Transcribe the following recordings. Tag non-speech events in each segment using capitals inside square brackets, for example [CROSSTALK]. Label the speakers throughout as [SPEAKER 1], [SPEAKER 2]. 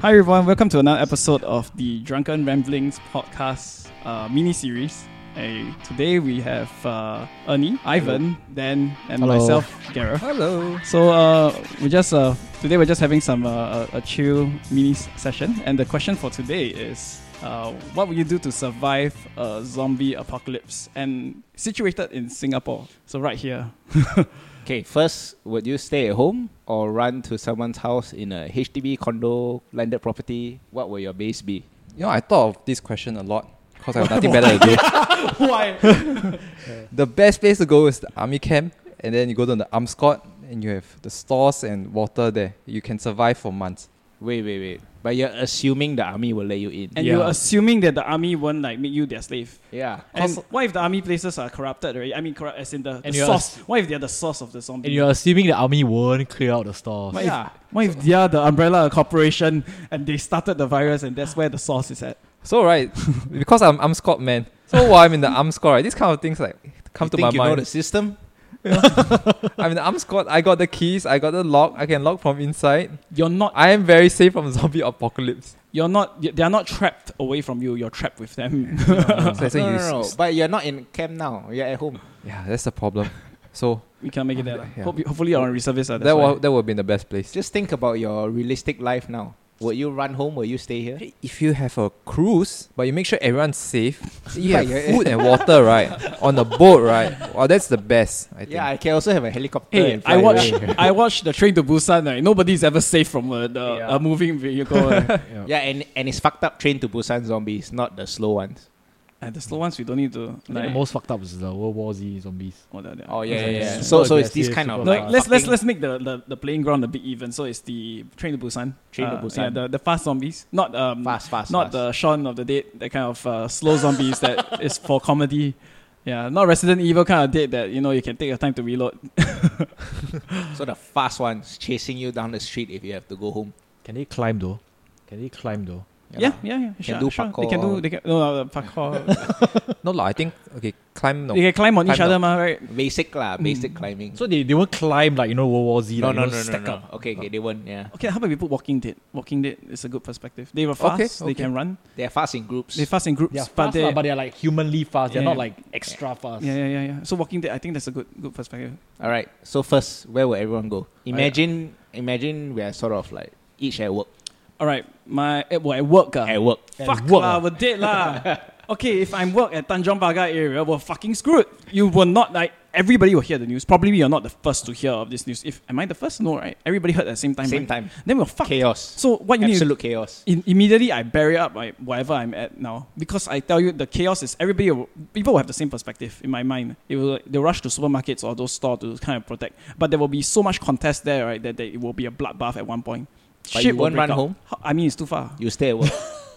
[SPEAKER 1] Hi everyone, welcome to another episode of the Drunken Ramblings podcast uh, mini series. Hey, today we have uh, Ernie, Ivan, Dan, and
[SPEAKER 2] Hello.
[SPEAKER 1] myself, Gareth.
[SPEAKER 3] Hello.
[SPEAKER 1] So uh, we just uh, today we're just having some uh, a, a chill mini s- session, and the question for today is, uh, what would you do to survive a zombie apocalypse? And situated in Singapore, so right here.
[SPEAKER 2] Okay, first, would you stay at home or run to someone's house in a HDB condo landed property? What will your base be?
[SPEAKER 3] You know, I thought of this question a lot because I have nothing better to
[SPEAKER 2] [LAUGHS]
[SPEAKER 3] do.
[SPEAKER 1] Why?
[SPEAKER 3] [LAUGHS] The best place to go is the army camp, and then you go to the arm squad, and you have the stores and water there. You can survive for months.
[SPEAKER 2] Wait, wait, wait. But you're assuming the army will let you in.
[SPEAKER 1] And
[SPEAKER 4] Yeah.
[SPEAKER 1] you're assuming that the army won't like make you their slave.
[SPEAKER 2] yeah.
[SPEAKER 1] And
[SPEAKER 3] Cause-
[SPEAKER 1] what if the army places are corrupted, right? I mean, corrupt as in the, the
[SPEAKER 4] And you're
[SPEAKER 1] source. What if they're the source of the zombie?
[SPEAKER 4] And you're assuming the army won't clear out the stores.
[SPEAKER 1] But if-
[SPEAKER 2] yeah.
[SPEAKER 1] what if they're the umbrella corporation and they started the virus and that's where the source is at?
[SPEAKER 3] So right, [LAUGHS] because I'm arm squad man. So while I'm in the arm squad, right, these kind of things like come
[SPEAKER 2] you
[SPEAKER 3] to
[SPEAKER 2] think
[SPEAKER 3] my
[SPEAKER 2] you know the
[SPEAKER 3] mind.
[SPEAKER 2] system?
[SPEAKER 3] [LAUGHS] I'm in the arm squad. I got the keys. I got the lock. I can lock from inside.
[SPEAKER 1] You're not.
[SPEAKER 3] I am very safe from [LAUGHS] zombie apocalypse.
[SPEAKER 2] [LAUGHS]
[SPEAKER 1] You're not. y- They are not trapped away from you. You're trapped with them. [LAUGHS]
[SPEAKER 3] So I
[SPEAKER 2] Uh-huh.
[SPEAKER 3] say
[SPEAKER 2] no,
[SPEAKER 3] you
[SPEAKER 2] no, no.
[SPEAKER 3] s-
[SPEAKER 2] But you're not in camp now. You're at home.
[SPEAKER 3] Yeah, that's the problem.
[SPEAKER 2] [LAUGHS]
[SPEAKER 3] So
[SPEAKER 1] we can't make it there. lah.
[SPEAKER 3] Yeah.
[SPEAKER 1] Hope, hopefully, you're on reservice. lah, that's
[SPEAKER 3] that
[SPEAKER 1] why.
[SPEAKER 3] will that will be the best place.
[SPEAKER 2] Just think about your realistic life now. Will you run home? Will you stay here?
[SPEAKER 3] if you have a cruise, but you make sure everyone's safe,
[SPEAKER 2] But
[SPEAKER 3] you have
[SPEAKER 2] you're- [LAUGHS]
[SPEAKER 3] food and water, right? On a boat, right? Well, that's the best, I think.
[SPEAKER 2] yeah, I can also have a helicopter.
[SPEAKER 1] Hey,
[SPEAKER 2] and fly
[SPEAKER 1] I [LAUGHS] watched
[SPEAKER 2] away.
[SPEAKER 1] I watched the train to Busan. Right? Nobody's ever safe from a, the,
[SPEAKER 2] Yeah.
[SPEAKER 1] a moving [LAUGHS] vehicle. eh.
[SPEAKER 2] yeah, and, and it's fucked up train to Busan zombies, not the slow ones.
[SPEAKER 1] and the slow ones we don't need to.
[SPEAKER 4] I think
[SPEAKER 1] Like,
[SPEAKER 4] the most fucked up is the World War Z zombies.
[SPEAKER 1] oh, the- the-
[SPEAKER 2] Oh, yeah, yeah,
[SPEAKER 4] Okay.
[SPEAKER 2] yeah.
[SPEAKER 4] Super
[SPEAKER 2] So, so it's these
[SPEAKER 4] aggressive,
[SPEAKER 2] kind of.
[SPEAKER 4] super
[SPEAKER 1] No,
[SPEAKER 4] Like,
[SPEAKER 2] uh,
[SPEAKER 1] let's let's
[SPEAKER 2] fucking-
[SPEAKER 1] let's make the, the, the playing ground a bit even. So it's the Train to Busan,
[SPEAKER 2] Train to
[SPEAKER 1] Uh,
[SPEAKER 2] Busan.
[SPEAKER 1] yeah, the, the fast zombies, not um,
[SPEAKER 2] Fast, fast,
[SPEAKER 1] not
[SPEAKER 2] fast.
[SPEAKER 1] the Shaun of the Dead, that kind of uh, slow zombies that is for comedy. Yeah, not Resident Evil kind of dead that you know you can take your time to reload.
[SPEAKER 2] So the fast ones chasing you down the street if you have to go home.
[SPEAKER 4] Can they climb though? Can they climb though?
[SPEAKER 1] Yeah, yeah, yeah. sure,
[SPEAKER 2] do
[SPEAKER 1] sure. They can
[SPEAKER 2] parkour.
[SPEAKER 1] do. They can no, no the parkour.
[SPEAKER 3] No, lah. I think, okay, climb, no.
[SPEAKER 1] They can climb on each
[SPEAKER 3] Climb
[SPEAKER 1] other, ma, right?
[SPEAKER 2] Basic
[SPEAKER 1] Mm.
[SPEAKER 2] lah, basic climbing.
[SPEAKER 4] So they, they won't climb like you know World War Z.
[SPEAKER 2] no,
[SPEAKER 4] like,
[SPEAKER 2] no,
[SPEAKER 4] you
[SPEAKER 2] no,
[SPEAKER 4] know,
[SPEAKER 2] no,
[SPEAKER 4] stack
[SPEAKER 2] no.
[SPEAKER 4] up.
[SPEAKER 2] Okay, okay, they won't. Yeah,
[SPEAKER 1] Okay, how about we put Walking Dead? Walking Dead is a good perspective. They were fast.
[SPEAKER 3] Okay,
[SPEAKER 1] They
[SPEAKER 3] okay.
[SPEAKER 1] can run.
[SPEAKER 2] they're fast in groups.
[SPEAKER 1] They fast in groups,
[SPEAKER 4] They are fast,
[SPEAKER 1] but they.
[SPEAKER 4] lah, but they're like humanly fast. They're
[SPEAKER 1] Yeah.
[SPEAKER 4] not like extra fast.
[SPEAKER 1] yeah, yeah, yeah, yeah. So Walking Dead, I think that's a good good perspective.
[SPEAKER 2] All right. So first, where will everyone
[SPEAKER 1] Oh,
[SPEAKER 2] go? Imagine, imagine we are sort of like each at work.
[SPEAKER 1] All right, my at, well, at work, uh,
[SPEAKER 2] At work.
[SPEAKER 4] At
[SPEAKER 1] Fuck
[SPEAKER 4] work,
[SPEAKER 1] lah,
[SPEAKER 4] ah.
[SPEAKER 1] we're dead
[SPEAKER 2] [LAUGHS]
[SPEAKER 1] lah. okay, if I'm work at Tanjong Pagar area, we're fucking screwed. You will not like everybody will hear the news. Probably you're not the first to hear of this news. If am I the first? No, right? Everybody heard at the same time.
[SPEAKER 2] Same
[SPEAKER 1] right?
[SPEAKER 2] time.
[SPEAKER 1] Then we're fucked.
[SPEAKER 2] Chaos.
[SPEAKER 1] So what you
[SPEAKER 2] Absolute chaos.
[SPEAKER 1] need? In, immediately I bury up my, whatever I'm at now because I tell you the chaos is everybody will, people will have the same perspective in my mind. It will they rush to supermarkets or those stores to kind of protect, but there will be so much contest there, right? That, that it will be a bloodbath at one point.
[SPEAKER 2] But
[SPEAKER 1] Shit
[SPEAKER 2] you
[SPEAKER 1] will
[SPEAKER 2] won't
[SPEAKER 1] break
[SPEAKER 2] run
[SPEAKER 1] out.
[SPEAKER 2] home?
[SPEAKER 1] How- I mean, it's too far
[SPEAKER 2] You stay
[SPEAKER 1] [LAUGHS]
[SPEAKER 2] at work.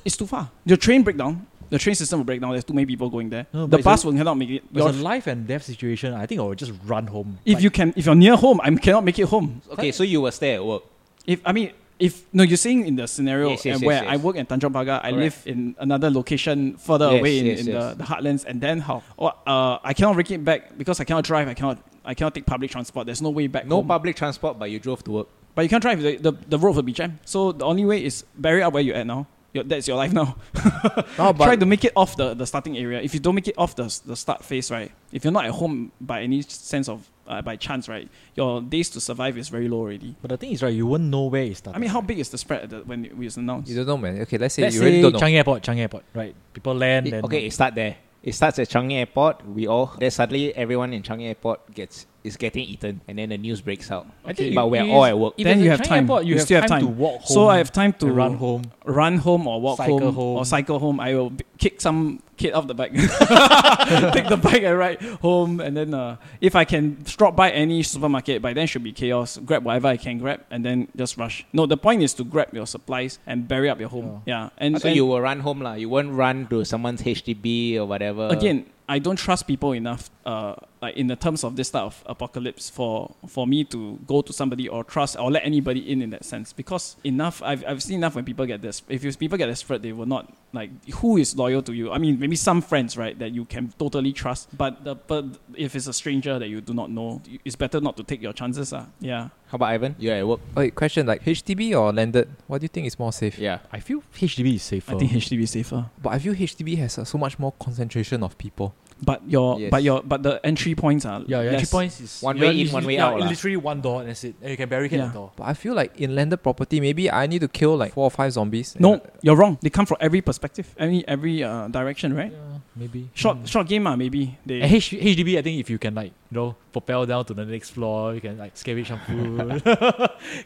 [SPEAKER 1] it's too far. The train breakdown. The train system will break down. There's too many people going there.
[SPEAKER 4] No, but
[SPEAKER 1] the
[SPEAKER 4] it's
[SPEAKER 1] bus
[SPEAKER 4] a-
[SPEAKER 1] will cannot make it.
[SPEAKER 4] But
[SPEAKER 1] Your,
[SPEAKER 4] It's a life and death situation. I think I would just run home.
[SPEAKER 1] if
[SPEAKER 4] Like,
[SPEAKER 1] you can, if you're near home, I cannot make it home.
[SPEAKER 2] okay, so you will stay at work.
[SPEAKER 1] If I mean, if no, you're saying in the scenario
[SPEAKER 2] Yes, yes,
[SPEAKER 1] and
[SPEAKER 2] yes,
[SPEAKER 1] where
[SPEAKER 2] yes.
[SPEAKER 1] I work in Tanjong Pagar, I
[SPEAKER 2] Correct.
[SPEAKER 1] live in another location further
[SPEAKER 2] Yes,
[SPEAKER 1] away in,
[SPEAKER 2] yes,
[SPEAKER 1] in
[SPEAKER 2] yes.
[SPEAKER 1] The, the heartlands, and then how? Or uh, I cannot make it back because I cannot drive. I cannot. I cannot take public transport. There's no way back.
[SPEAKER 2] No
[SPEAKER 1] home.
[SPEAKER 2] public transport, but you drove to work.
[SPEAKER 1] but you can't drive. The, the, the road will be jammed. So the only way is bury up where you're at now. Your, that's your life now. [LAUGHS]
[SPEAKER 3] No, but
[SPEAKER 1] try to make it off the, the starting area. If you don't make it off the, s- the start phase, right? If you're not at home by any sense of uh, by chance, right? Your days to survive is very low already.
[SPEAKER 4] but the thing is, right, you won't know where it started.
[SPEAKER 1] I mean, how big is the spread at the, when it was announced?
[SPEAKER 3] you don't know, man. Okay, let's say
[SPEAKER 4] Let's
[SPEAKER 3] you really don't
[SPEAKER 4] say
[SPEAKER 3] know.
[SPEAKER 4] Changi Airport, Changi Airport, right? People land
[SPEAKER 2] It-
[SPEAKER 4] and
[SPEAKER 2] okay, it start there. It starts at Changi Airport. We all then suddenly everyone in Changi Airport gets is getting eaten, and then the news breaks out.
[SPEAKER 4] I think
[SPEAKER 2] but
[SPEAKER 4] you-
[SPEAKER 2] we're
[SPEAKER 4] it
[SPEAKER 2] all
[SPEAKER 4] is-
[SPEAKER 2] at work.
[SPEAKER 4] if
[SPEAKER 1] oh, Then
[SPEAKER 4] it's
[SPEAKER 1] you
[SPEAKER 4] at
[SPEAKER 1] have
[SPEAKER 4] Changi
[SPEAKER 1] time.
[SPEAKER 4] Airport, you,
[SPEAKER 1] You
[SPEAKER 4] have
[SPEAKER 1] still have
[SPEAKER 4] time, to
[SPEAKER 1] time.
[SPEAKER 4] walk home.
[SPEAKER 1] So I have time to
[SPEAKER 4] and run home.
[SPEAKER 1] run home or walk
[SPEAKER 4] Cycle
[SPEAKER 1] home,
[SPEAKER 4] home.
[SPEAKER 1] or cycle home. I will b- kick some kid off the bike, [LAUGHS] take the bike and ride home. And then uh, if I can stop by any supermarket, by then should be chaos. Grab whatever I can grab and then just rush. No, the point is to grab your supplies and bury up your home. Yeah, and
[SPEAKER 2] so
[SPEAKER 1] and
[SPEAKER 2] you
[SPEAKER 4] Uh,
[SPEAKER 2] will run home lah. You won't run to someone's HDB or whatever.
[SPEAKER 1] again, I don't trust people enough. uh, like in the terms of this type of apocalypse for for me to go to somebody or trust or let anybody in in that sense because enough I've, I've seen enough when people get this if you, people get desperate they will not like who is loyal to you I mean maybe some friends right that you can totally trust but the, but if it's a stranger that you do not know you- it's better not to take your chances ah yeah
[SPEAKER 2] How about Ivan? You're at work.
[SPEAKER 3] Wait, question like HDB or landed? What do you think is more safe?
[SPEAKER 2] Yeah.
[SPEAKER 4] I feel HDB is safer.
[SPEAKER 1] I think HDB is safer
[SPEAKER 3] But I feel HDB has uh, so much more concentration of people.
[SPEAKER 1] but your
[SPEAKER 2] Yes.
[SPEAKER 1] but your but the entry points are
[SPEAKER 4] yeah, yeah.
[SPEAKER 1] less.
[SPEAKER 4] Entry points is
[SPEAKER 2] One
[SPEAKER 4] yeah,
[SPEAKER 2] way in,
[SPEAKER 4] it's-
[SPEAKER 2] one way
[SPEAKER 4] yeah,
[SPEAKER 2] out lah.
[SPEAKER 4] Literally one door and that's it. And you can barricade
[SPEAKER 1] Yeah.
[SPEAKER 4] the door.
[SPEAKER 3] But I feel like in landed property, maybe I need to kill like four or five zombies. and,
[SPEAKER 1] No,
[SPEAKER 3] uh,
[SPEAKER 1] you're wrong. They come from every perspective, any every uh, direction, right?
[SPEAKER 4] Yeah, maybe.
[SPEAKER 1] Short
[SPEAKER 4] Mm.
[SPEAKER 1] short game, ah, maybe they.
[SPEAKER 4] At H- HDB, I think if you can like you know propel down to the next floor, you can like scavenge some
[SPEAKER 1] [LAUGHS]
[SPEAKER 4] food, [LAUGHS]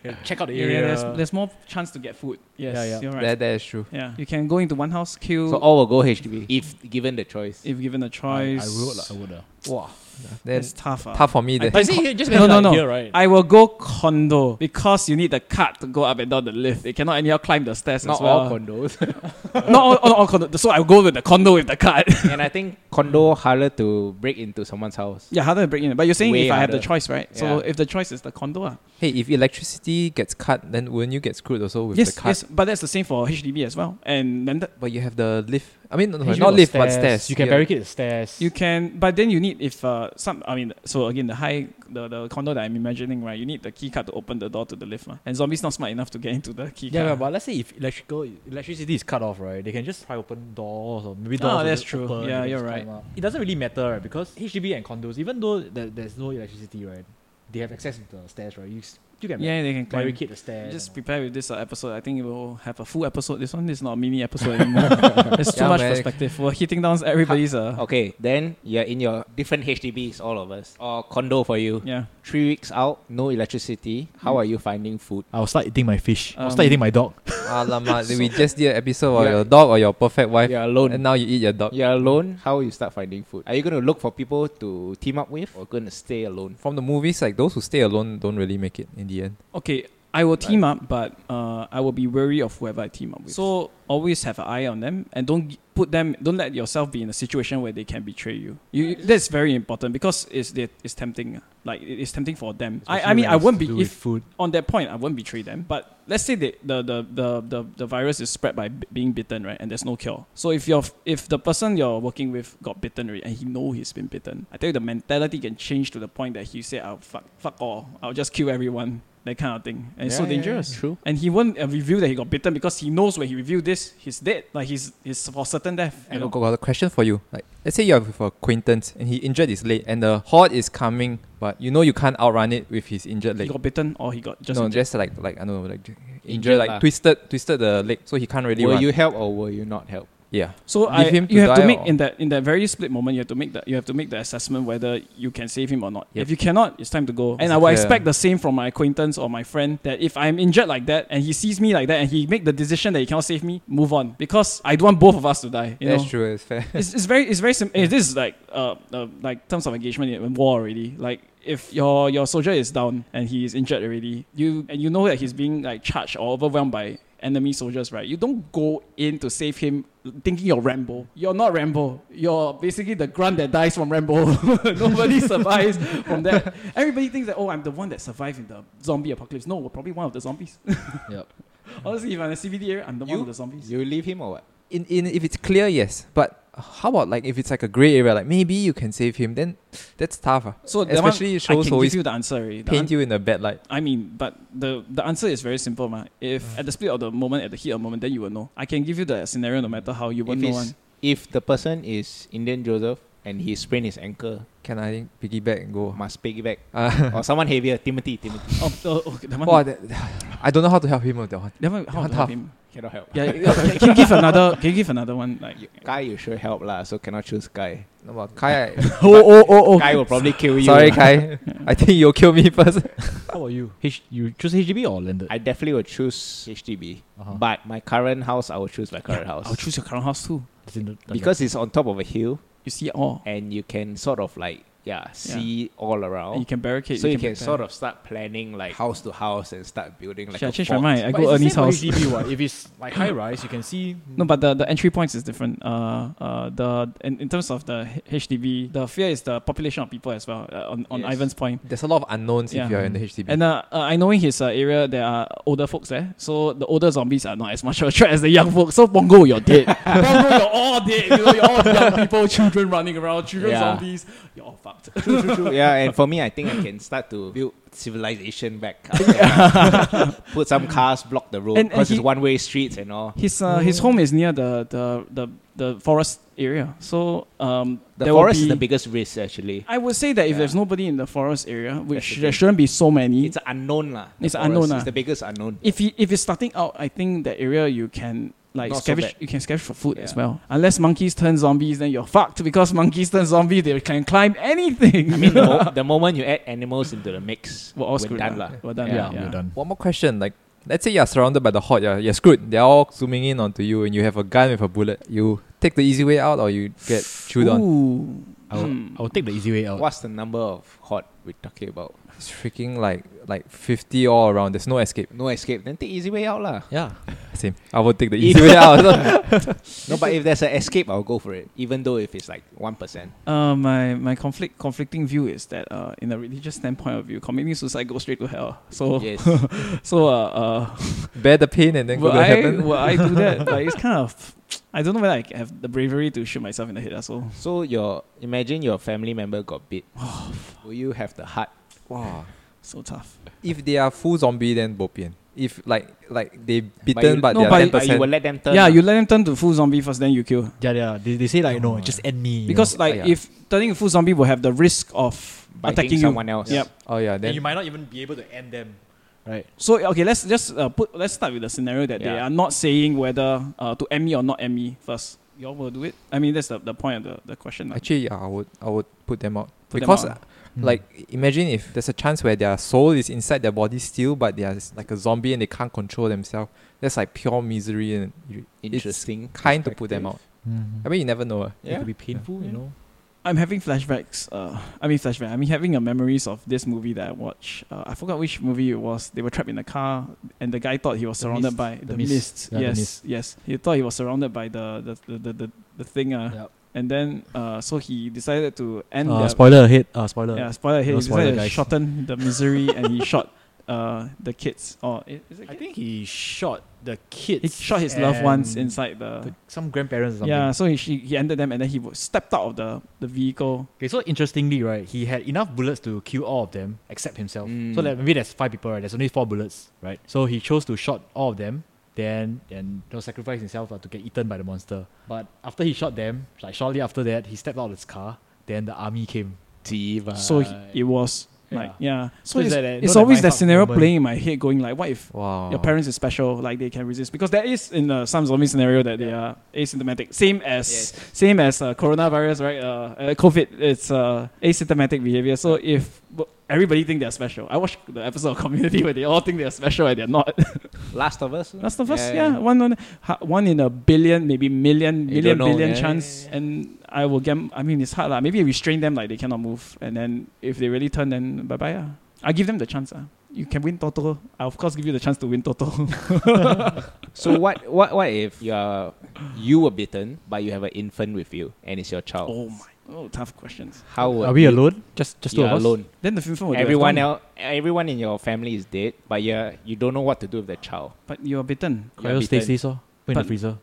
[SPEAKER 4] can check out the
[SPEAKER 1] yeah,
[SPEAKER 4] area.
[SPEAKER 1] there's, there's more chance to get food. Yes,
[SPEAKER 4] Yeah, yeah.
[SPEAKER 1] you're right.
[SPEAKER 3] that, that is true.
[SPEAKER 1] yeah, you can go into one house, kill
[SPEAKER 2] So all will go HDB if given the choice.
[SPEAKER 1] if given a
[SPEAKER 4] I, I
[SPEAKER 1] choice.
[SPEAKER 4] would, lah, I would. lah.
[SPEAKER 3] Wow.
[SPEAKER 1] It's
[SPEAKER 3] That's
[SPEAKER 1] tough. ah.
[SPEAKER 3] tough for me.
[SPEAKER 1] I
[SPEAKER 3] Then.
[SPEAKER 1] think-
[SPEAKER 4] But see, you just
[SPEAKER 1] No,
[SPEAKER 4] mentioned
[SPEAKER 1] no,
[SPEAKER 4] like
[SPEAKER 1] no.
[SPEAKER 4] here, right?
[SPEAKER 1] I will go condo because you need the cart to go up and down the lift. They cannot anyhow climb the stairs
[SPEAKER 2] Not
[SPEAKER 1] as well.
[SPEAKER 2] all condos. [LAUGHS]
[SPEAKER 1] not all, all, all condo. So I will go with the condo with the cart.
[SPEAKER 2] and I think condo harder to break into someone's house.
[SPEAKER 1] [LAUGHS] yeah, harder to break in. But you're saying
[SPEAKER 2] Way
[SPEAKER 1] if I have the
[SPEAKER 2] harder.
[SPEAKER 1] choice, right? So
[SPEAKER 2] Yeah.
[SPEAKER 1] if the choice is the condo, ah.
[SPEAKER 3] Hey, if electricity gets cut, then wouldn't you get screwed also with
[SPEAKER 1] yes,
[SPEAKER 3] the cut?
[SPEAKER 1] yes. But that's the same for HDB as well. And then
[SPEAKER 3] But you have the lift. I mean, no,
[SPEAKER 4] HDB
[SPEAKER 3] not
[SPEAKER 4] got
[SPEAKER 3] lift, but stairs.
[SPEAKER 4] You can
[SPEAKER 3] Yeah.
[SPEAKER 4] barricade the stairs.
[SPEAKER 1] You can, but then you need if uh, some. I mean, so again, the high the, the condo that I'm imagining, right? You need the key card to open the door to the lift, mah. And zombies not smart enough to get into the key
[SPEAKER 4] yeah, yeah,
[SPEAKER 1] card.
[SPEAKER 4] but let's say if electrical electricity is cut off, right? They can just try open doors or maybe
[SPEAKER 1] Ah,
[SPEAKER 4] doors. will
[SPEAKER 1] that's
[SPEAKER 4] just
[SPEAKER 1] true.
[SPEAKER 4] open,
[SPEAKER 1] Yeah,
[SPEAKER 4] they can
[SPEAKER 1] you're
[SPEAKER 4] just
[SPEAKER 1] right.
[SPEAKER 4] climb up. It doesn't really matter, right? Because HDB and condos, even though there, there's no electricity, right? They have access to the stairs, right? You s- you can
[SPEAKER 1] yeah, they can climb.
[SPEAKER 4] barricade the stairs.
[SPEAKER 1] Just
[SPEAKER 4] and all.
[SPEAKER 1] prepare with this uh, episode. I think it will have a full episode. This one is not a mini episode
[SPEAKER 4] [LAUGHS]
[SPEAKER 1] anymore. It's too
[SPEAKER 3] Yeah,
[SPEAKER 1] much
[SPEAKER 3] man.
[SPEAKER 1] perspective. We're hitting down everybody's. Uh,
[SPEAKER 2] Okay, then you're in your different HDBs, all of us, or condo for you.
[SPEAKER 1] yeah.
[SPEAKER 2] Three weeks out, no electricity. How
[SPEAKER 1] Mm.
[SPEAKER 2] are you finding food?
[SPEAKER 4] I'll start eating my fish. I'll
[SPEAKER 1] Um,
[SPEAKER 4] start eating my dog.
[SPEAKER 3] Alamak, we just did an episode of
[SPEAKER 2] Yeah.
[SPEAKER 3] your dog or your perfect wife,
[SPEAKER 2] You're alone.
[SPEAKER 3] and now you eat your dog.
[SPEAKER 2] You're alone. How you start finding food? Are you gonna look for people to team up with, or gonna stay alone?
[SPEAKER 3] From the movies, like those who stay alone don't really make it in the end.
[SPEAKER 1] Okay, I will team up, but uh, I will be wary of whoever I team up with. So always have an eye on them, and don't g- put them. Don't let yourself be in a situation where they can betray you. You that's very important because it's they- it's tempting. Like it- it's tempting for them. I, I mean I won't be if [LAUGHS]
[SPEAKER 4] food. [LAUGHS]
[SPEAKER 1] on that point I won't betray them. But let's say the the the the, the, the virus is spread by b- being bitten, right? And there's no cure. So if you're f- if the person you're working with got bitten already and he know he's been bitten, I tell you the mentality can change to the point that he say, "I'll fuck fuck all. I'll just kill everyone." That kind of thing. And it's so dangerous.
[SPEAKER 2] True.
[SPEAKER 1] And he won't uh, reveal that he got bitten because he knows when he revealed this, he's dead. Like he's he's for certain death. You
[SPEAKER 3] And I
[SPEAKER 1] know?
[SPEAKER 3] got a question for you. Like, let's say you have an acquaintance and he injured his leg, and the horde is coming, but you know you can't outrun it with his injured
[SPEAKER 1] He
[SPEAKER 3] leg.
[SPEAKER 1] got bitten or he got just
[SPEAKER 3] no,
[SPEAKER 1] injured.
[SPEAKER 3] just like like I don't know, like injured,
[SPEAKER 2] Injured
[SPEAKER 3] like
[SPEAKER 2] lah.
[SPEAKER 3] twisted, twisted the leg, so he can't really
[SPEAKER 2] will
[SPEAKER 3] run.
[SPEAKER 2] you help or will you not help?
[SPEAKER 3] yeah,
[SPEAKER 1] So
[SPEAKER 3] Leave
[SPEAKER 1] I,
[SPEAKER 3] him to
[SPEAKER 1] you have to
[SPEAKER 3] die
[SPEAKER 1] make
[SPEAKER 3] or-
[SPEAKER 1] in that in that very split moment. You have to make that you have to make the assessment whether you can save him or not.
[SPEAKER 3] Yep.
[SPEAKER 1] If you cannot, it's time to go. And I will
[SPEAKER 3] Exactly.
[SPEAKER 1] expect the same from my acquaintance or my friend that if I'm injured like that and he sees me like that and he make the decision that he cannot save me, move on because I don't want both of us to die. You
[SPEAKER 3] that's
[SPEAKER 1] know?
[SPEAKER 3] true. It's fair.
[SPEAKER 1] It's, it's very it's very simple. It is like uh, uh like terms of engagement in war already. Like if your your soldier is down and he is injured already, you and you know that he's being like charged or overwhelmed by enemy soldiers, right? You don't go in to save him thinking you're Rambo. You're not Rambo. You're basically the grunt that dies from Rambo. [LAUGHS] Nobody survives from that. Everybody thinks that oh I'm the one that survived in the zombie apocalypse. No, we're probably one of the zombies.
[SPEAKER 4] Yep.
[SPEAKER 1] [LAUGHS] Honestly, if I'm in a CVD area, I'm the one
[SPEAKER 2] You-
[SPEAKER 1] of the zombies.
[SPEAKER 2] You leave him or what?
[SPEAKER 3] in in if it's clear, yes. But how about like if it's like a gray area, like maybe you can save him, then that's tough. ah.
[SPEAKER 1] so that one,
[SPEAKER 3] Especially it
[SPEAKER 1] I
[SPEAKER 3] shows
[SPEAKER 1] can give
[SPEAKER 3] always
[SPEAKER 1] you the answer already. The
[SPEAKER 3] paint you in a bad light.
[SPEAKER 1] I mean, but the the answer is very simple, man. If
[SPEAKER 2] Mm.
[SPEAKER 1] at the split of the moment, at the heat of the moment, then you will know. I can give you the scenario no matter how you
[SPEAKER 2] if,
[SPEAKER 1] won't know.
[SPEAKER 2] it's- [LAUGHS]
[SPEAKER 1] One.
[SPEAKER 2] if the person is Indian Joseph and he sprained his ankle,
[SPEAKER 3] Can I piggyback and go?
[SPEAKER 2] must piggyback
[SPEAKER 1] Ah.
[SPEAKER 2] [LAUGHS]
[SPEAKER 3] Uh,
[SPEAKER 2] or someone heavier, Timothy, Timothy
[SPEAKER 1] Oh, oh, okay, that one.
[SPEAKER 3] wow, that, [LAUGHS] I don't know how to help him with that one.
[SPEAKER 1] that one. How to
[SPEAKER 3] one tough.
[SPEAKER 1] help him?
[SPEAKER 2] cannot help. [LAUGHS]
[SPEAKER 1] Yeah, yeah, can can you give another? Can you give another one? Like,
[SPEAKER 2] You- Guy, you should help lah. So cannot choose Guy.
[SPEAKER 3] No, but Kai,
[SPEAKER 1] [LAUGHS] oh, oh, oh,
[SPEAKER 2] Guy will probably kill you.
[SPEAKER 3] sorry,
[SPEAKER 2] lah.
[SPEAKER 3] Kai. I think you'll kill me [LAUGHS] first.
[SPEAKER 4] How about you? H- you choose HDB or landed?
[SPEAKER 2] I definitely would choose HDB,
[SPEAKER 1] Oh.
[SPEAKER 4] Uh-huh.
[SPEAKER 2] but my current house, I would choose my current house
[SPEAKER 1] I'll choose your current house too.
[SPEAKER 4] It's in the-
[SPEAKER 2] because it's on top of a hill
[SPEAKER 1] You see, oh, it all.
[SPEAKER 2] and you can sort of like yeah, see all around.
[SPEAKER 1] you can barricade.
[SPEAKER 2] Oh. so you can,
[SPEAKER 1] prepare.
[SPEAKER 2] sort of start planning like house to house and start building like
[SPEAKER 1] Shit, I
[SPEAKER 2] a
[SPEAKER 1] changed
[SPEAKER 2] fort.
[SPEAKER 1] my mind. I
[SPEAKER 4] But
[SPEAKER 1] go
[SPEAKER 4] it's the
[SPEAKER 1] Ernie's
[SPEAKER 4] same for
[SPEAKER 1] house.
[SPEAKER 4] HDB
[SPEAKER 1] [LAUGHS]
[SPEAKER 4] what? If it's like high rise, you can see.
[SPEAKER 1] No, but the, the entry points is different. Uh, uh, the in, in terms of the H- HDB, the fear is the population of people as well. Uh, on on
[SPEAKER 2] Yes.
[SPEAKER 1] Ivan's point,
[SPEAKER 3] There's a lot of unknowns
[SPEAKER 1] Yeah.
[SPEAKER 3] if you're in the HDB.
[SPEAKER 1] and uh, uh, I know in his uh, area there are older folks there, so the older zombies are not as much of a threat as the young folks. So Bongo, you're
[SPEAKER 2] [LAUGHS]
[SPEAKER 1] dead. Bongo, you're all dead. You know, you're all young people, children running around, children
[SPEAKER 2] Yeah.
[SPEAKER 1] zombies. You're all fucked.
[SPEAKER 2] True, true, true. yeah, and for me, I think I can start to build civilization back. [LAUGHS] Put some cars block the road
[SPEAKER 1] And- and
[SPEAKER 2] because
[SPEAKER 1] he-
[SPEAKER 2] it's one way streets and all.
[SPEAKER 1] His uh,
[SPEAKER 2] Mm.
[SPEAKER 1] his home is near the the, the, the forest area, so um,
[SPEAKER 2] The
[SPEAKER 1] there will
[SPEAKER 2] forest is the
[SPEAKER 1] be-
[SPEAKER 2] biggest risk actually.
[SPEAKER 1] I would say that if
[SPEAKER 2] Yeah.
[SPEAKER 1] there's nobody in the forest area,
[SPEAKER 2] That's the
[SPEAKER 1] which
[SPEAKER 2] thing.
[SPEAKER 1] there shouldn't be so many,
[SPEAKER 2] It's an unknown lah. the
[SPEAKER 1] It's an
[SPEAKER 2] forest.
[SPEAKER 1] unknown lah.
[SPEAKER 2] It's the biggest unknown.
[SPEAKER 1] if you if it's starting out, I think that area you can like
[SPEAKER 2] Not so
[SPEAKER 1] scavenge.
[SPEAKER 2] bad.
[SPEAKER 1] you can scavenge for food as
[SPEAKER 2] Yeah.
[SPEAKER 1] well. Unless monkeys turn zombies, then you're fucked because monkeys turn zombies. They can climb anything.
[SPEAKER 2] I mean, the, mo- the moment you add animals into the mix,
[SPEAKER 1] [LAUGHS] we're all screwed.
[SPEAKER 2] done
[SPEAKER 1] lah.
[SPEAKER 2] lah.
[SPEAKER 1] We're done.
[SPEAKER 2] Yeah,
[SPEAKER 1] Yeah, Hmm. yeah.
[SPEAKER 4] we're done.
[SPEAKER 3] One more question, like let's say you're surrounded by the hot, you're, you're screwed. They're all zooming in onto you, and you have a gun with a bullet. You take the easy way out, or you get chewed on.
[SPEAKER 1] Ooh.
[SPEAKER 4] I will,
[SPEAKER 1] Hmm.
[SPEAKER 4] I will take the easy way out.
[SPEAKER 2] What's the number of hot we're talking about?
[SPEAKER 3] It's freaking like like fifty all around. There's no escape.
[SPEAKER 2] No escape. Then take easy way out lah.
[SPEAKER 3] Yeah, same. I will
[SPEAKER 1] [LAUGHS]
[SPEAKER 3] take the easy way out.
[SPEAKER 2] No, but if there's an escape, I'll go for it. Even though if it's like one percent.
[SPEAKER 1] Uh, my my conflict conflicting view is that uh, in a religious standpoint of view, committing suicide goes straight to hell. So
[SPEAKER 2] Yes.
[SPEAKER 1] [LAUGHS] so uh, uh
[SPEAKER 3] Bear the pain and then
[SPEAKER 1] Will
[SPEAKER 3] go to
[SPEAKER 1] I,
[SPEAKER 3] heaven.
[SPEAKER 1] will I do that? like it's kind of, I don't know whether I can have the bravery to shoot myself in the head. ah, So
[SPEAKER 2] So your imagine your family member got
[SPEAKER 1] [SIGHS]
[SPEAKER 2] bit.
[SPEAKER 1] Oh,
[SPEAKER 2] Will you have the heart?
[SPEAKER 3] [LAUGHS] Wow.
[SPEAKER 1] so tough.
[SPEAKER 3] If they are full zombie, then bopian. If like like they bitten, but,
[SPEAKER 1] No,
[SPEAKER 3] they are
[SPEAKER 1] but
[SPEAKER 3] ten
[SPEAKER 1] you-
[SPEAKER 2] But you will
[SPEAKER 3] percent.
[SPEAKER 2] let them turn.
[SPEAKER 1] yeah,
[SPEAKER 2] lah.
[SPEAKER 1] you let them turn to full zombie first, then you kill.
[SPEAKER 4] Yeah, yeah. They, they say like no, just end me. you
[SPEAKER 1] Because
[SPEAKER 4] know. oh,
[SPEAKER 1] like
[SPEAKER 3] Yeah.
[SPEAKER 1] if turning to full zombie will have the risk of
[SPEAKER 2] biting
[SPEAKER 1] attacking
[SPEAKER 2] someone else.
[SPEAKER 1] Yep.
[SPEAKER 3] Oh yeah,
[SPEAKER 4] and you
[SPEAKER 3] then
[SPEAKER 4] might not even be able to end them, right?
[SPEAKER 1] you. So okay, let's just uh, put. Let's start with the scenario that they
[SPEAKER 2] Yeah.
[SPEAKER 1] are not saying whether uh, to end me or not end me first. Y'all will do it. I mean, that's the, the point of the, the question. lah.
[SPEAKER 3] actually yeah, I would I would put them out
[SPEAKER 1] Put them
[SPEAKER 3] because uh,
[SPEAKER 1] out.
[SPEAKER 4] Hmm.
[SPEAKER 3] Like imagine if there's a chance where their soul is inside their body still, but they are s- like a zombie and they can't control themselves. That's like pure misery and you-
[SPEAKER 2] Interesting.
[SPEAKER 3] It's kind to put them out.
[SPEAKER 4] Hmm.
[SPEAKER 3] I mean, you never know. uh.
[SPEAKER 4] it
[SPEAKER 2] Yeah.
[SPEAKER 4] could be painful,
[SPEAKER 1] Yeah.
[SPEAKER 4] you know.
[SPEAKER 1] I'm having flashbacks. Uh, I mean flashback. I mean having a memories of this movie that I watched. Uh, I forgot which movie it was. They were trapped in a car, and the guy thought he was
[SPEAKER 4] The
[SPEAKER 1] surrounded
[SPEAKER 4] mist.
[SPEAKER 1] by
[SPEAKER 4] The
[SPEAKER 1] the,
[SPEAKER 4] mist.
[SPEAKER 1] mist.
[SPEAKER 4] Yeah, the
[SPEAKER 1] yes,
[SPEAKER 4] mist.
[SPEAKER 1] yes. He thought he was surrounded by the the the the, the thing. Uh,
[SPEAKER 4] Yep.
[SPEAKER 1] and then uh, so he decided to end.
[SPEAKER 4] Uh,
[SPEAKER 1] the,
[SPEAKER 4] spoiler ahead. Uh, spoiler.
[SPEAKER 1] Yeah, spoiler. He
[SPEAKER 4] No
[SPEAKER 1] decided
[SPEAKER 4] spoiler,
[SPEAKER 1] to
[SPEAKER 4] guys.
[SPEAKER 1] shorten the misery, and
[SPEAKER 4] [LAUGHS]
[SPEAKER 1] he shot uh the kids. Or i- is it?
[SPEAKER 5] I
[SPEAKER 1] kids?
[SPEAKER 5] think he shot the kids.
[SPEAKER 1] he shot his loved ones
[SPEAKER 5] and
[SPEAKER 1] inside the.
[SPEAKER 4] The- some grandparents or something.
[SPEAKER 1] yeah, so he she, he ended them, and then he w- stepped out of the the vehicle.
[SPEAKER 4] Okay, so interestingly, right, he had enough bullets to kill all of them except himself.
[SPEAKER 2] Mm.
[SPEAKER 4] So like, maybe there's five people, right? There's only four bullets, right? So he chose to shot all of them, then and you know, sacrifice himself uh, to get eaten by the monster. But after he shot them, like shortly after that, he stepped out of his car. Then the army came.
[SPEAKER 2] Diva.
[SPEAKER 1] so he, it was
[SPEAKER 4] Yeah.
[SPEAKER 1] like yeah. So,
[SPEAKER 4] So it's
[SPEAKER 1] it's,
[SPEAKER 4] like that-
[SPEAKER 1] it's
[SPEAKER 4] not that
[SPEAKER 1] always
[SPEAKER 4] mind
[SPEAKER 1] that
[SPEAKER 4] fuck
[SPEAKER 1] scenario
[SPEAKER 4] moment.
[SPEAKER 1] playing in my head, going like, what if
[SPEAKER 3] Wow.
[SPEAKER 2] Oh.
[SPEAKER 1] your parents is special, like they can resist? Because there is in uh, some zombie scenario that they are asymptomatic, same as same as uh, coronavirus, right? Uh, uh, COVID, it's uh, asymptomatic behavior. So if but everybody think they're special, I watched the episode of [LAUGHS] Community where they all think they're special and they're not.
[SPEAKER 2] Last of Us.
[SPEAKER 1] Last of Us, yeah, one on ha- one in a billion, maybe million,
[SPEAKER 2] You
[SPEAKER 1] million
[SPEAKER 2] don't know,
[SPEAKER 1] billion
[SPEAKER 2] yeah.
[SPEAKER 1] chance, and I will get. I mean, it's hard lah. Maybe I restrain them like they cannot move, and then if they really turn, then bye bye. ah. I give them the chance. ah. You can win Toto. I of course give you the chance to win Toto.
[SPEAKER 2] So what? What? What if you are you were bitten, but you have an infant with you, and it's your child?
[SPEAKER 1] oh my, oh tough questions.
[SPEAKER 2] How would
[SPEAKER 4] Are we
[SPEAKER 2] you-
[SPEAKER 4] alone? Just just
[SPEAKER 2] You're
[SPEAKER 4] two of us.
[SPEAKER 2] alone.
[SPEAKER 1] Then the film would have
[SPEAKER 2] everyone
[SPEAKER 1] gone,
[SPEAKER 2] else, everyone in your family is dead, but you you don't know what to do with the child.
[SPEAKER 1] but you are bitten, [LAUGHS]
[SPEAKER 2] You're
[SPEAKER 4] Cryo
[SPEAKER 2] bitten.
[SPEAKER 4] stasis, oh. Put in the
[SPEAKER 1] But-
[SPEAKER 4] freezer.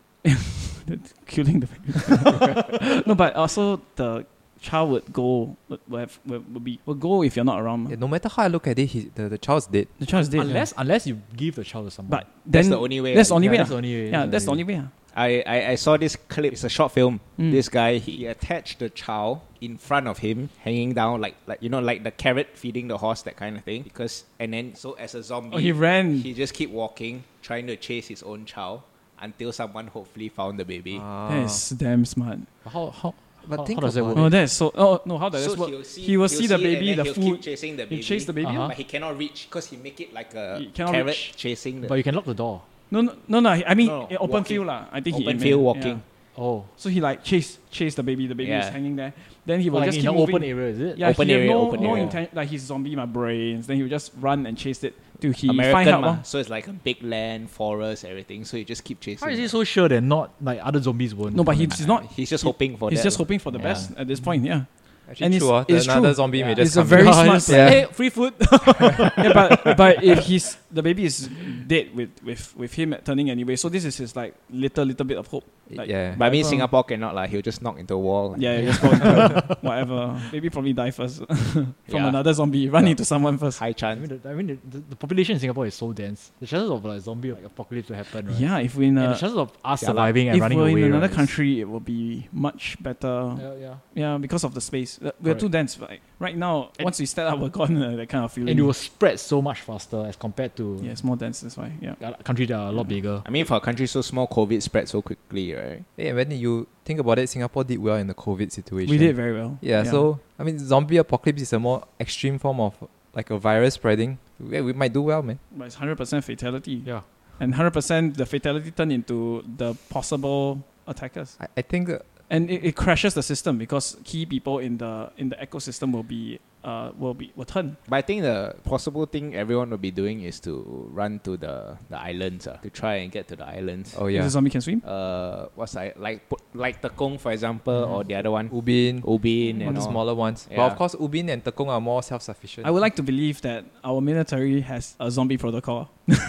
[SPEAKER 1] killing the. [LAUGHS] no, but also the child would go would, would, have, would, would be would go if you're not around. mah.
[SPEAKER 3] Yeah, no matter how I look at it, he, the, the child's dead.
[SPEAKER 1] The child is dead.
[SPEAKER 4] Unless unless you give the child to someone.
[SPEAKER 1] but then
[SPEAKER 2] That's the only way.
[SPEAKER 1] that's the
[SPEAKER 2] I-
[SPEAKER 1] only
[SPEAKER 4] yeah,
[SPEAKER 1] way.
[SPEAKER 4] that's
[SPEAKER 1] ah.
[SPEAKER 4] the only way.
[SPEAKER 1] yeah, that's the only way. ah.
[SPEAKER 2] I, I I saw this clip. It's a short film.
[SPEAKER 1] Mm.
[SPEAKER 2] This guy he attached the child in front of him, hanging down like like you know like the carrot feeding the horse that kind of thing. Because and then so as a zombie,
[SPEAKER 1] Oh, he ran.
[SPEAKER 2] he just keep walking, trying to chase his own child until someone hopefully found the baby.
[SPEAKER 1] that is
[SPEAKER 2] ah.
[SPEAKER 1] damn smart.
[SPEAKER 4] How how
[SPEAKER 3] But
[SPEAKER 4] how,
[SPEAKER 3] think
[SPEAKER 4] how does that
[SPEAKER 3] about
[SPEAKER 4] work?
[SPEAKER 1] Oh, that is so. Oh no, how does
[SPEAKER 2] so
[SPEAKER 1] this work?
[SPEAKER 2] he'll see,
[SPEAKER 1] he will
[SPEAKER 2] he'll
[SPEAKER 1] see the
[SPEAKER 2] it and
[SPEAKER 1] baby,
[SPEAKER 2] then
[SPEAKER 1] the
[SPEAKER 2] he'll
[SPEAKER 1] food.
[SPEAKER 2] Keep chasing the baby.
[SPEAKER 1] You chase the baby.
[SPEAKER 4] Uh-huh.
[SPEAKER 2] but he cannot reach because he make it like a
[SPEAKER 1] He cannot
[SPEAKER 2] carrot
[SPEAKER 1] reach.
[SPEAKER 2] chasing the
[SPEAKER 4] But you can lock the door.
[SPEAKER 1] No, no, no, no. I mean,
[SPEAKER 2] No, no,
[SPEAKER 1] eh, open
[SPEAKER 2] walking.
[SPEAKER 1] field lah. I think he
[SPEAKER 2] open
[SPEAKER 1] meant-
[SPEAKER 2] field walking.
[SPEAKER 1] yeah.
[SPEAKER 4] Oh,
[SPEAKER 1] So he like chased chased the baby. The baby was
[SPEAKER 2] Yeah.
[SPEAKER 1] hanging there. Then he would
[SPEAKER 4] like
[SPEAKER 1] just
[SPEAKER 4] in
[SPEAKER 1] keep
[SPEAKER 4] an open
[SPEAKER 1] moving.
[SPEAKER 4] area, is it?
[SPEAKER 1] Yeah,
[SPEAKER 2] Open
[SPEAKER 1] he had
[SPEAKER 2] area,
[SPEAKER 1] no,
[SPEAKER 2] open
[SPEAKER 1] no
[SPEAKER 2] area.
[SPEAKER 1] intention. Like he's zombie, my brains. Then he would just run and chase it till he find
[SPEAKER 2] American,
[SPEAKER 1] out.
[SPEAKER 2] mah.
[SPEAKER 1] lor.
[SPEAKER 2] so it's like a big land, forest, everything. So you just keep chasing.
[SPEAKER 4] How is he so sure that not like other zombies won't?
[SPEAKER 1] No, but
[SPEAKER 4] come
[SPEAKER 1] he-
[SPEAKER 4] in?
[SPEAKER 1] he's not-
[SPEAKER 2] He's just
[SPEAKER 1] he-
[SPEAKER 2] hoping for
[SPEAKER 1] He's
[SPEAKER 2] that.
[SPEAKER 1] just
[SPEAKER 2] lah.
[SPEAKER 1] hoping for the
[SPEAKER 2] Yeah.
[SPEAKER 1] best at this point. Yeah,
[SPEAKER 3] Actually,
[SPEAKER 1] And it's-
[SPEAKER 3] true. ah. The-
[SPEAKER 1] it's
[SPEAKER 3] another
[SPEAKER 1] true.
[SPEAKER 3] zombie may
[SPEAKER 2] Yeah.
[SPEAKER 3] just
[SPEAKER 1] it's a
[SPEAKER 3] come
[SPEAKER 1] very
[SPEAKER 2] [LAUGHS]
[SPEAKER 3] in.
[SPEAKER 1] smart.
[SPEAKER 3] [LAUGHS] Yeah.
[SPEAKER 1] Hey, free food. [LAUGHS] yeah, but but if he's the baby is dead with with with him turning anyway. So this is his like little little bit of hope. like-
[SPEAKER 3] yeah.
[SPEAKER 2] But I mean,
[SPEAKER 1] Whatever.
[SPEAKER 2] Singapore cannot like he'll just knock into a wall. like-
[SPEAKER 1] Yeah, yeah, just go into [LAUGHS] whatever. Maybe probably die first [LAUGHS] from
[SPEAKER 2] Yeah.
[SPEAKER 1] another zombie. Run
[SPEAKER 2] Yeah.
[SPEAKER 1] into someone first.
[SPEAKER 2] High
[SPEAKER 4] I
[SPEAKER 2] chance.
[SPEAKER 4] mean, the, I mean the, the, the population in Singapore is so dense. The chances of like zombie like apocalypse to happen, right?
[SPEAKER 1] Yeah, uh, if we're in
[SPEAKER 4] And
[SPEAKER 1] a,
[SPEAKER 4] the chances of us
[SPEAKER 2] Yeah, lah.
[SPEAKER 4] surviving and
[SPEAKER 1] if
[SPEAKER 4] running
[SPEAKER 1] we're
[SPEAKER 4] away
[SPEAKER 1] in another
[SPEAKER 4] right, is-
[SPEAKER 1] country, it will be much better.
[SPEAKER 4] Yeah, yeah.
[SPEAKER 1] Yeah, because of the space. Uh, We're
[SPEAKER 4] Correct.
[SPEAKER 1] too dense. Like, right now,
[SPEAKER 4] And-
[SPEAKER 1] once we step up, we're gone. [LAUGHS] Uh, that kind of feeling.
[SPEAKER 4] And it will spread so much faster as compared to
[SPEAKER 1] yeah, it's more dense. That's why. Yeah.
[SPEAKER 4] uh, countries that are a lot bigger.
[SPEAKER 2] I mean, for a country so small, COVID spread so quickly, right?
[SPEAKER 3] Hey, when you think about it, Singapore did well in the COVID situation.
[SPEAKER 1] We did very well.
[SPEAKER 3] Yeah, so I mean, zombie apocalypse is a more extreme form of like a virus spreading. Yeah, we might do well, man.
[SPEAKER 1] But it's 100% fatality.
[SPEAKER 4] Yeah.
[SPEAKER 1] And 100% the fatality turned into the possible attackers.
[SPEAKER 3] I, I think uh,
[SPEAKER 1] And it, it crashes the system because key people in the in the ecosystem will be uh will be will turn.
[SPEAKER 2] But I think the possible thing everyone will be doing is to run to the, the islands uh, to try and get to the islands.
[SPEAKER 3] oh
[SPEAKER 1] If
[SPEAKER 3] yeah,
[SPEAKER 1] the zombie can swim.
[SPEAKER 2] Uh, what's I like put- like Tekong for example,
[SPEAKER 4] Mhm.
[SPEAKER 2] or the other one,
[SPEAKER 3] Ubin,
[SPEAKER 2] Ubin
[SPEAKER 3] all
[SPEAKER 2] and
[SPEAKER 3] the
[SPEAKER 2] all.
[SPEAKER 3] smaller ones. But
[SPEAKER 2] Yeah.
[SPEAKER 3] of course, Ubin and Tekong are more self-sufficient.
[SPEAKER 1] I would like to believe that our military has a zombie protocol. [LAUGHS]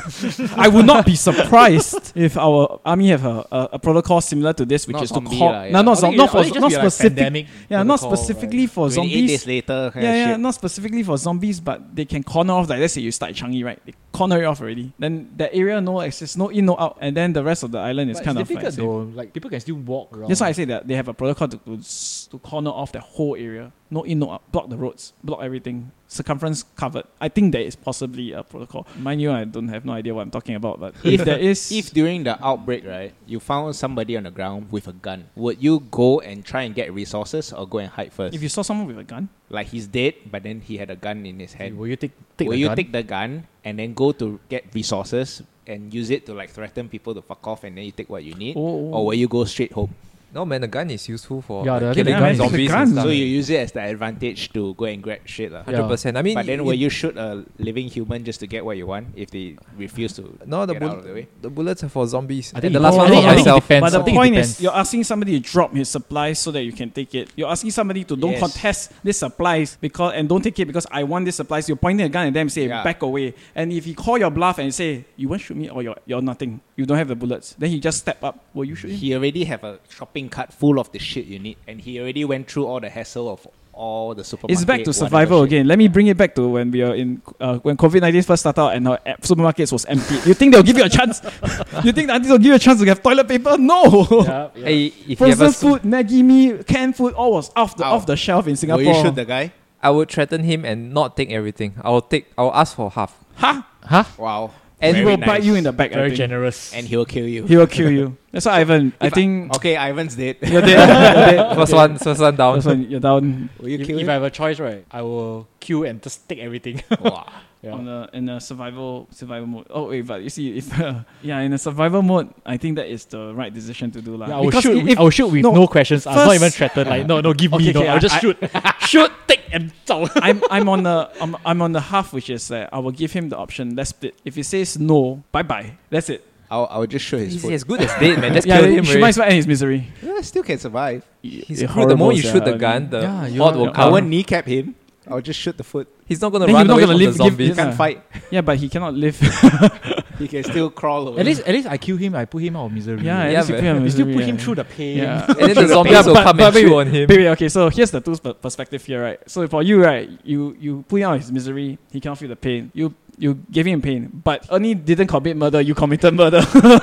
[SPEAKER 1] I would not be surprised if our army have a, a, a protocol similar to this, which
[SPEAKER 2] Not
[SPEAKER 1] is
[SPEAKER 2] zombie
[SPEAKER 1] to call
[SPEAKER 2] lah,
[SPEAKER 1] no,
[SPEAKER 2] yeah.
[SPEAKER 1] not,
[SPEAKER 4] I
[SPEAKER 1] zo-
[SPEAKER 4] think
[SPEAKER 1] not,
[SPEAKER 4] it- I
[SPEAKER 1] for,
[SPEAKER 4] think it
[SPEAKER 1] not
[SPEAKER 4] should be like
[SPEAKER 1] specific,
[SPEAKER 4] pandemic
[SPEAKER 1] yeah, not
[SPEAKER 4] protocol,
[SPEAKER 1] specifically for
[SPEAKER 2] 28 days
[SPEAKER 1] zombies.
[SPEAKER 2] later, kind
[SPEAKER 1] Yeah,
[SPEAKER 2] of
[SPEAKER 1] yeah,
[SPEAKER 2] shit.
[SPEAKER 1] not specifically for zombies, but they can corner off. Like let's say you start Changi, right? They corner it off already. Then that area no access, no in, no out, and then the rest of the island
[SPEAKER 4] But
[SPEAKER 1] is
[SPEAKER 4] it's
[SPEAKER 1] kind of
[SPEAKER 4] difficult
[SPEAKER 1] like. safe.
[SPEAKER 4] though. Like people can still walk around.
[SPEAKER 1] That's why I say that they have a protocol to, to, s- to corner off the whole area. No in, no out. Block the roads, block everything. Circumference covered. I think there is possibly a protocol. Mind you, I don't have no idea what I'm talking about, but
[SPEAKER 2] [LAUGHS]
[SPEAKER 1] if there is,
[SPEAKER 2] If during the outbreak, right, you found somebody on the ground with a gun, would you go and try and get resources or go and hide first?
[SPEAKER 1] if you saw someone with a gun,
[SPEAKER 2] like he's dead, but then he had a gun in his hand.
[SPEAKER 4] Will you take take
[SPEAKER 2] Will
[SPEAKER 4] the
[SPEAKER 2] you
[SPEAKER 4] gun?
[SPEAKER 2] take the gun and then go to get resources and use it to like threaten people to fuck off and then you take what you need?
[SPEAKER 1] oh,
[SPEAKER 2] Or will you go straight home?
[SPEAKER 3] no man, the gun is useful for
[SPEAKER 4] Yeah,
[SPEAKER 3] like,
[SPEAKER 4] the- I think
[SPEAKER 3] killing
[SPEAKER 4] the gun is-
[SPEAKER 3] zombies
[SPEAKER 1] the
[SPEAKER 3] and
[SPEAKER 1] gun-
[SPEAKER 3] stuff.
[SPEAKER 2] So you use it as the advantage to go and grab shit. lah.
[SPEAKER 4] Yeah.
[SPEAKER 3] hundred percent. I mean,
[SPEAKER 2] But then
[SPEAKER 3] it-
[SPEAKER 2] will you shoot a living human just to get what you want if they refuse to
[SPEAKER 3] No, the,
[SPEAKER 2] get out
[SPEAKER 3] bull-
[SPEAKER 2] of the way?
[SPEAKER 3] the bullets are for zombies.
[SPEAKER 4] I think
[SPEAKER 3] and the
[SPEAKER 4] it-
[SPEAKER 3] last
[SPEAKER 4] oh,
[SPEAKER 3] one
[SPEAKER 4] I
[SPEAKER 3] for
[SPEAKER 4] think- I think it
[SPEAKER 2] [LAUGHS]
[SPEAKER 3] myself.
[SPEAKER 4] depends.
[SPEAKER 1] But the
[SPEAKER 4] I think it
[SPEAKER 1] point is,
[SPEAKER 4] depends. [LAUGHS]
[SPEAKER 1] you're asking somebody to drop his supplies so that you can take it. You're asking somebody to don't
[SPEAKER 2] Yes.
[SPEAKER 1] contest this supplies because and don't take it because I want this supplies. You're pointing a gun at them, say
[SPEAKER 2] Yeah.
[SPEAKER 1] back away. And if he call your bluff and say you won't shoot me or you're, you're nothing, you don't have the bullets, then he just step up. Will you shoot him?
[SPEAKER 2] He already have a shopping cart full of the shit you need and he already went through all the hassle of all the supermarket.
[SPEAKER 1] It's back to
[SPEAKER 2] whatever
[SPEAKER 1] survival
[SPEAKER 2] shit.
[SPEAKER 1] again. Let me bring it back to when we are in uh, when COVID nineteen first started out and our app- supermarkets was empty. You think they'll give you a chance? [LAUGHS] you think the aunties will give you a chance to have toilet paper? No. [LAUGHS]
[SPEAKER 4] Yeah, yeah.
[SPEAKER 3] Hey, if you have
[SPEAKER 1] Frozen
[SPEAKER 3] a su-
[SPEAKER 1] food, Maggie mee, canned food, all was off the
[SPEAKER 2] Ow.
[SPEAKER 1] off the shelf in Singapore.
[SPEAKER 2] Will you shoot the guy?
[SPEAKER 3] I would threaten him and not take everything. I will take. I will ask for half.
[SPEAKER 1] Huh?
[SPEAKER 4] Huh?
[SPEAKER 2] Wow.
[SPEAKER 1] And he
[SPEAKER 2] Very
[SPEAKER 1] will bite
[SPEAKER 2] nice.
[SPEAKER 1] you in the back. I
[SPEAKER 4] Very
[SPEAKER 1] think.
[SPEAKER 4] generous.
[SPEAKER 2] And he will kill
[SPEAKER 1] [LAUGHS]
[SPEAKER 2] you.
[SPEAKER 1] He will kill you. That's why Ivan. I
[SPEAKER 2] If I- Oh.
[SPEAKER 1] think
[SPEAKER 2] Okay, Ivan's dead.
[SPEAKER 1] [LAUGHS] you're dead.
[SPEAKER 3] [LAUGHS]
[SPEAKER 1] you're dead.
[SPEAKER 3] First one, first one down.
[SPEAKER 1] That's when you're down
[SPEAKER 2] Will you
[SPEAKER 4] if,
[SPEAKER 2] kill
[SPEAKER 4] if
[SPEAKER 2] him?
[SPEAKER 4] I have a choice, right, I will queue and just take everything. [LAUGHS]
[SPEAKER 2] Wow.
[SPEAKER 4] yeah.
[SPEAKER 1] on the in a survival survival mode. Oh wait, but you see, if [LAUGHS] uh, yeah, in a survival mode, I think that is the right decision to do, lah.
[SPEAKER 4] Yeah, I will
[SPEAKER 1] Because
[SPEAKER 4] shoot.
[SPEAKER 1] if-
[SPEAKER 4] With, I will shoot with
[SPEAKER 1] no,
[SPEAKER 4] no, questions. I'm not even
[SPEAKER 1] first-
[SPEAKER 4] threatened. Like no, no, give
[SPEAKER 1] Okay,
[SPEAKER 4] me. No,
[SPEAKER 1] okay,
[SPEAKER 4] I'll just
[SPEAKER 1] I-
[SPEAKER 4] shoot, [LAUGHS] shoot, take and zao.
[SPEAKER 1] I'm I'm on the I'm, I'm on the half, which is that I will give him the option. Let's split. If he says no, bye bye. That's it.
[SPEAKER 2] I'll, I'll just shoot his
[SPEAKER 3] He's
[SPEAKER 2] foot.
[SPEAKER 3] as good as dead, man.
[SPEAKER 1] [LAUGHS]
[SPEAKER 3] Let's
[SPEAKER 1] yeah,
[SPEAKER 3] kill him.
[SPEAKER 1] she
[SPEAKER 3] already.
[SPEAKER 1] might as well end his misery.
[SPEAKER 2] Yeah, still can survive.
[SPEAKER 3] He's
[SPEAKER 1] Yeah,
[SPEAKER 3] screwed. The moment you
[SPEAKER 1] horrible,
[SPEAKER 3] shoot
[SPEAKER 1] sia,
[SPEAKER 3] the
[SPEAKER 1] I
[SPEAKER 3] gun,
[SPEAKER 1] mean.
[SPEAKER 3] the
[SPEAKER 1] Yeah, you
[SPEAKER 3] horde
[SPEAKER 1] are-
[SPEAKER 3] will
[SPEAKER 1] I
[SPEAKER 2] I
[SPEAKER 3] come.
[SPEAKER 1] won't
[SPEAKER 2] won't kneecap him. I'll just shoot the foot.
[SPEAKER 3] He's not gonna
[SPEAKER 1] Then
[SPEAKER 3] run
[SPEAKER 1] you're not
[SPEAKER 3] away
[SPEAKER 1] gonna
[SPEAKER 3] from
[SPEAKER 1] live-
[SPEAKER 3] the
[SPEAKER 1] give-
[SPEAKER 3] zombie.
[SPEAKER 2] He
[SPEAKER 1] Yes,
[SPEAKER 2] can't
[SPEAKER 4] Uh.
[SPEAKER 1] ah.
[SPEAKER 2] fight.
[SPEAKER 1] Yeah, but he cannot live.
[SPEAKER 3] [LAUGHS]
[SPEAKER 2] He can still crawl away.
[SPEAKER 4] At least, at least I kill him. I put him out of misery.
[SPEAKER 1] yeah, at
[SPEAKER 3] Yeah,
[SPEAKER 1] least you
[SPEAKER 3] but-
[SPEAKER 1] put him, in
[SPEAKER 4] You still put
[SPEAKER 1] misery,
[SPEAKER 4] him
[SPEAKER 1] yeah.
[SPEAKER 4] through the pain.
[SPEAKER 1] Yeah.
[SPEAKER 3] [LAUGHS] And
[SPEAKER 1] [LAUGHS]
[SPEAKER 3] then the zombies will
[SPEAKER 1] But-
[SPEAKER 3] come
[SPEAKER 1] but
[SPEAKER 3] and
[SPEAKER 1] wait,
[SPEAKER 3] chew on him.
[SPEAKER 1] Wait, wait, okay, so here's the two per- perspective here, right? So for you, right, you you put him out of his misery, he cannot feel the pain. You you gave him pain, but Ernie didn't commit murder, you committed
[SPEAKER 3] [LAUGHS]
[SPEAKER 1] murder.
[SPEAKER 4] [LAUGHS]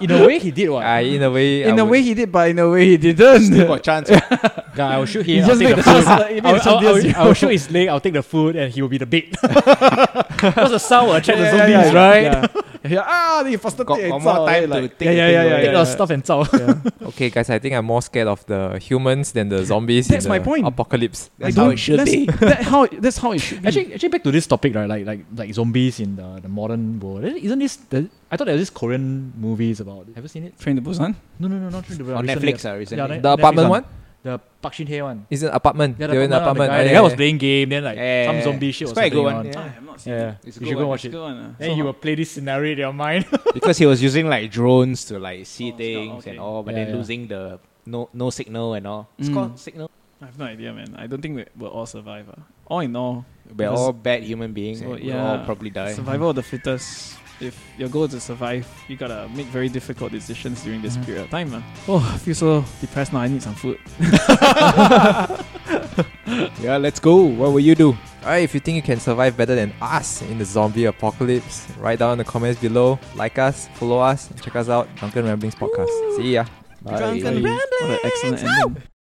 [SPEAKER 4] In a way, he did what?
[SPEAKER 3] I, in a way,
[SPEAKER 1] in
[SPEAKER 3] I
[SPEAKER 1] a
[SPEAKER 3] would-
[SPEAKER 1] way he did, but in a way he didn't.
[SPEAKER 2] still got
[SPEAKER 4] [LAUGHS]
[SPEAKER 2] chance.
[SPEAKER 4] Yeah, I will shoot him.
[SPEAKER 1] He
[SPEAKER 4] I'll
[SPEAKER 1] just
[SPEAKER 4] take
[SPEAKER 1] made the
[SPEAKER 4] the food.
[SPEAKER 1] first- he made
[SPEAKER 4] I will-
[SPEAKER 1] the first
[SPEAKER 4] I will- I will-
[SPEAKER 1] decision.
[SPEAKER 4] I will shoot [LAUGHS] his leg. I'll take the food, and he will be the bait. Because the sound will attract the
[SPEAKER 1] [LAUGHS] yeah,
[SPEAKER 4] zombies, right?
[SPEAKER 1] yeah.
[SPEAKER 4] Yeah, ah, then you faster
[SPEAKER 2] Got-
[SPEAKER 4] take
[SPEAKER 2] got
[SPEAKER 4] and
[SPEAKER 2] more
[SPEAKER 4] zao,
[SPEAKER 2] time
[SPEAKER 4] then
[SPEAKER 2] to
[SPEAKER 4] eh, like,
[SPEAKER 2] take
[SPEAKER 4] yeah,
[SPEAKER 2] the
[SPEAKER 4] yeah,
[SPEAKER 2] thing
[SPEAKER 4] yeah,
[SPEAKER 2] away.
[SPEAKER 4] yeah,
[SPEAKER 2] Take
[SPEAKER 4] take
[SPEAKER 2] the
[SPEAKER 4] the stuff and zao.
[SPEAKER 3] Okay, guys, I think I'm more scared of the humans than
[SPEAKER 1] [LAUGHS]
[SPEAKER 3] the zombies. in
[SPEAKER 1] That's my
[SPEAKER 3] the
[SPEAKER 1] point.
[SPEAKER 3] Apocalypse.
[SPEAKER 2] That's
[SPEAKER 1] I
[SPEAKER 2] how
[SPEAKER 1] don't-
[SPEAKER 2] it should
[SPEAKER 1] that's-
[SPEAKER 2] be.
[SPEAKER 1] that how, that's how it should be.
[SPEAKER 4] [LAUGHS] Actually, actually, back to this topic, right? Like, like, like zombies in the, the modern world. Eh, Isn't this? The, I thought there was this Korean movies about. Have you seen it?
[SPEAKER 1] Train to Busan.
[SPEAKER 4] No, no, no, not Train to Busan.
[SPEAKER 2] On
[SPEAKER 4] recently.
[SPEAKER 2] Netflix, eh? uh,
[SPEAKER 4] Yeah,
[SPEAKER 2] recently.
[SPEAKER 4] on Net-
[SPEAKER 3] The
[SPEAKER 4] Netflix
[SPEAKER 3] apartment one
[SPEAKER 4] The Park Shin Hye one.
[SPEAKER 3] is an apartment.
[SPEAKER 4] Yeah, the
[SPEAKER 3] They're in the
[SPEAKER 4] apartment.
[SPEAKER 3] apartment.
[SPEAKER 4] one, The guy,
[SPEAKER 3] yeah,
[SPEAKER 4] the guy
[SPEAKER 3] yeah,
[SPEAKER 4] was
[SPEAKER 3] yeah.
[SPEAKER 4] playing game, then like
[SPEAKER 2] Yeah,
[SPEAKER 4] some
[SPEAKER 2] yeah,
[SPEAKER 4] zombie shit
[SPEAKER 2] It's
[SPEAKER 4] was
[SPEAKER 2] quite a good
[SPEAKER 4] happening
[SPEAKER 2] one.
[SPEAKER 4] on.
[SPEAKER 1] Ah, I
[SPEAKER 2] Yeah.
[SPEAKER 1] have not seen
[SPEAKER 4] Yeah,
[SPEAKER 1] it.
[SPEAKER 4] you
[SPEAKER 1] It's
[SPEAKER 4] should
[SPEAKER 1] good
[SPEAKER 4] go
[SPEAKER 1] one, it's
[SPEAKER 4] watch it.
[SPEAKER 1] good one, ah.
[SPEAKER 4] Then you will play this scenario in your mind.
[SPEAKER 2] because he was using like drones to like
[SPEAKER 1] Oh,
[SPEAKER 2] see
[SPEAKER 1] it's got-
[SPEAKER 2] things
[SPEAKER 1] okay.
[SPEAKER 2] and all, but
[SPEAKER 4] Yeah,
[SPEAKER 2] then
[SPEAKER 4] yeah.
[SPEAKER 2] losing the no no signal and all. It's
[SPEAKER 1] Mm.
[SPEAKER 2] called signal.
[SPEAKER 1] I have no idea, man. I don't think we, we'll all survive. ah. All in all,
[SPEAKER 2] We're
[SPEAKER 1] Because-
[SPEAKER 2] all bad human beings.
[SPEAKER 1] So,
[SPEAKER 2] and we all
[SPEAKER 1] yeah.
[SPEAKER 2] probably die.
[SPEAKER 1] survival of the fittest. If your goal is to survive, you gotta make very difficult decisions during this
[SPEAKER 4] Mhm.
[SPEAKER 1] period of time, man. Oh, I feel so depressed now. I need some food.
[SPEAKER 2] [LAUGHS] Yeah, let's go. What will you do?
[SPEAKER 3] Alright, if you think you can survive better than us in the zombie apocalypse, write down in the comments below. Like us, follow us, and check us out. Drunken Ramblings Podcast. See ya.
[SPEAKER 1] What an excellent ending.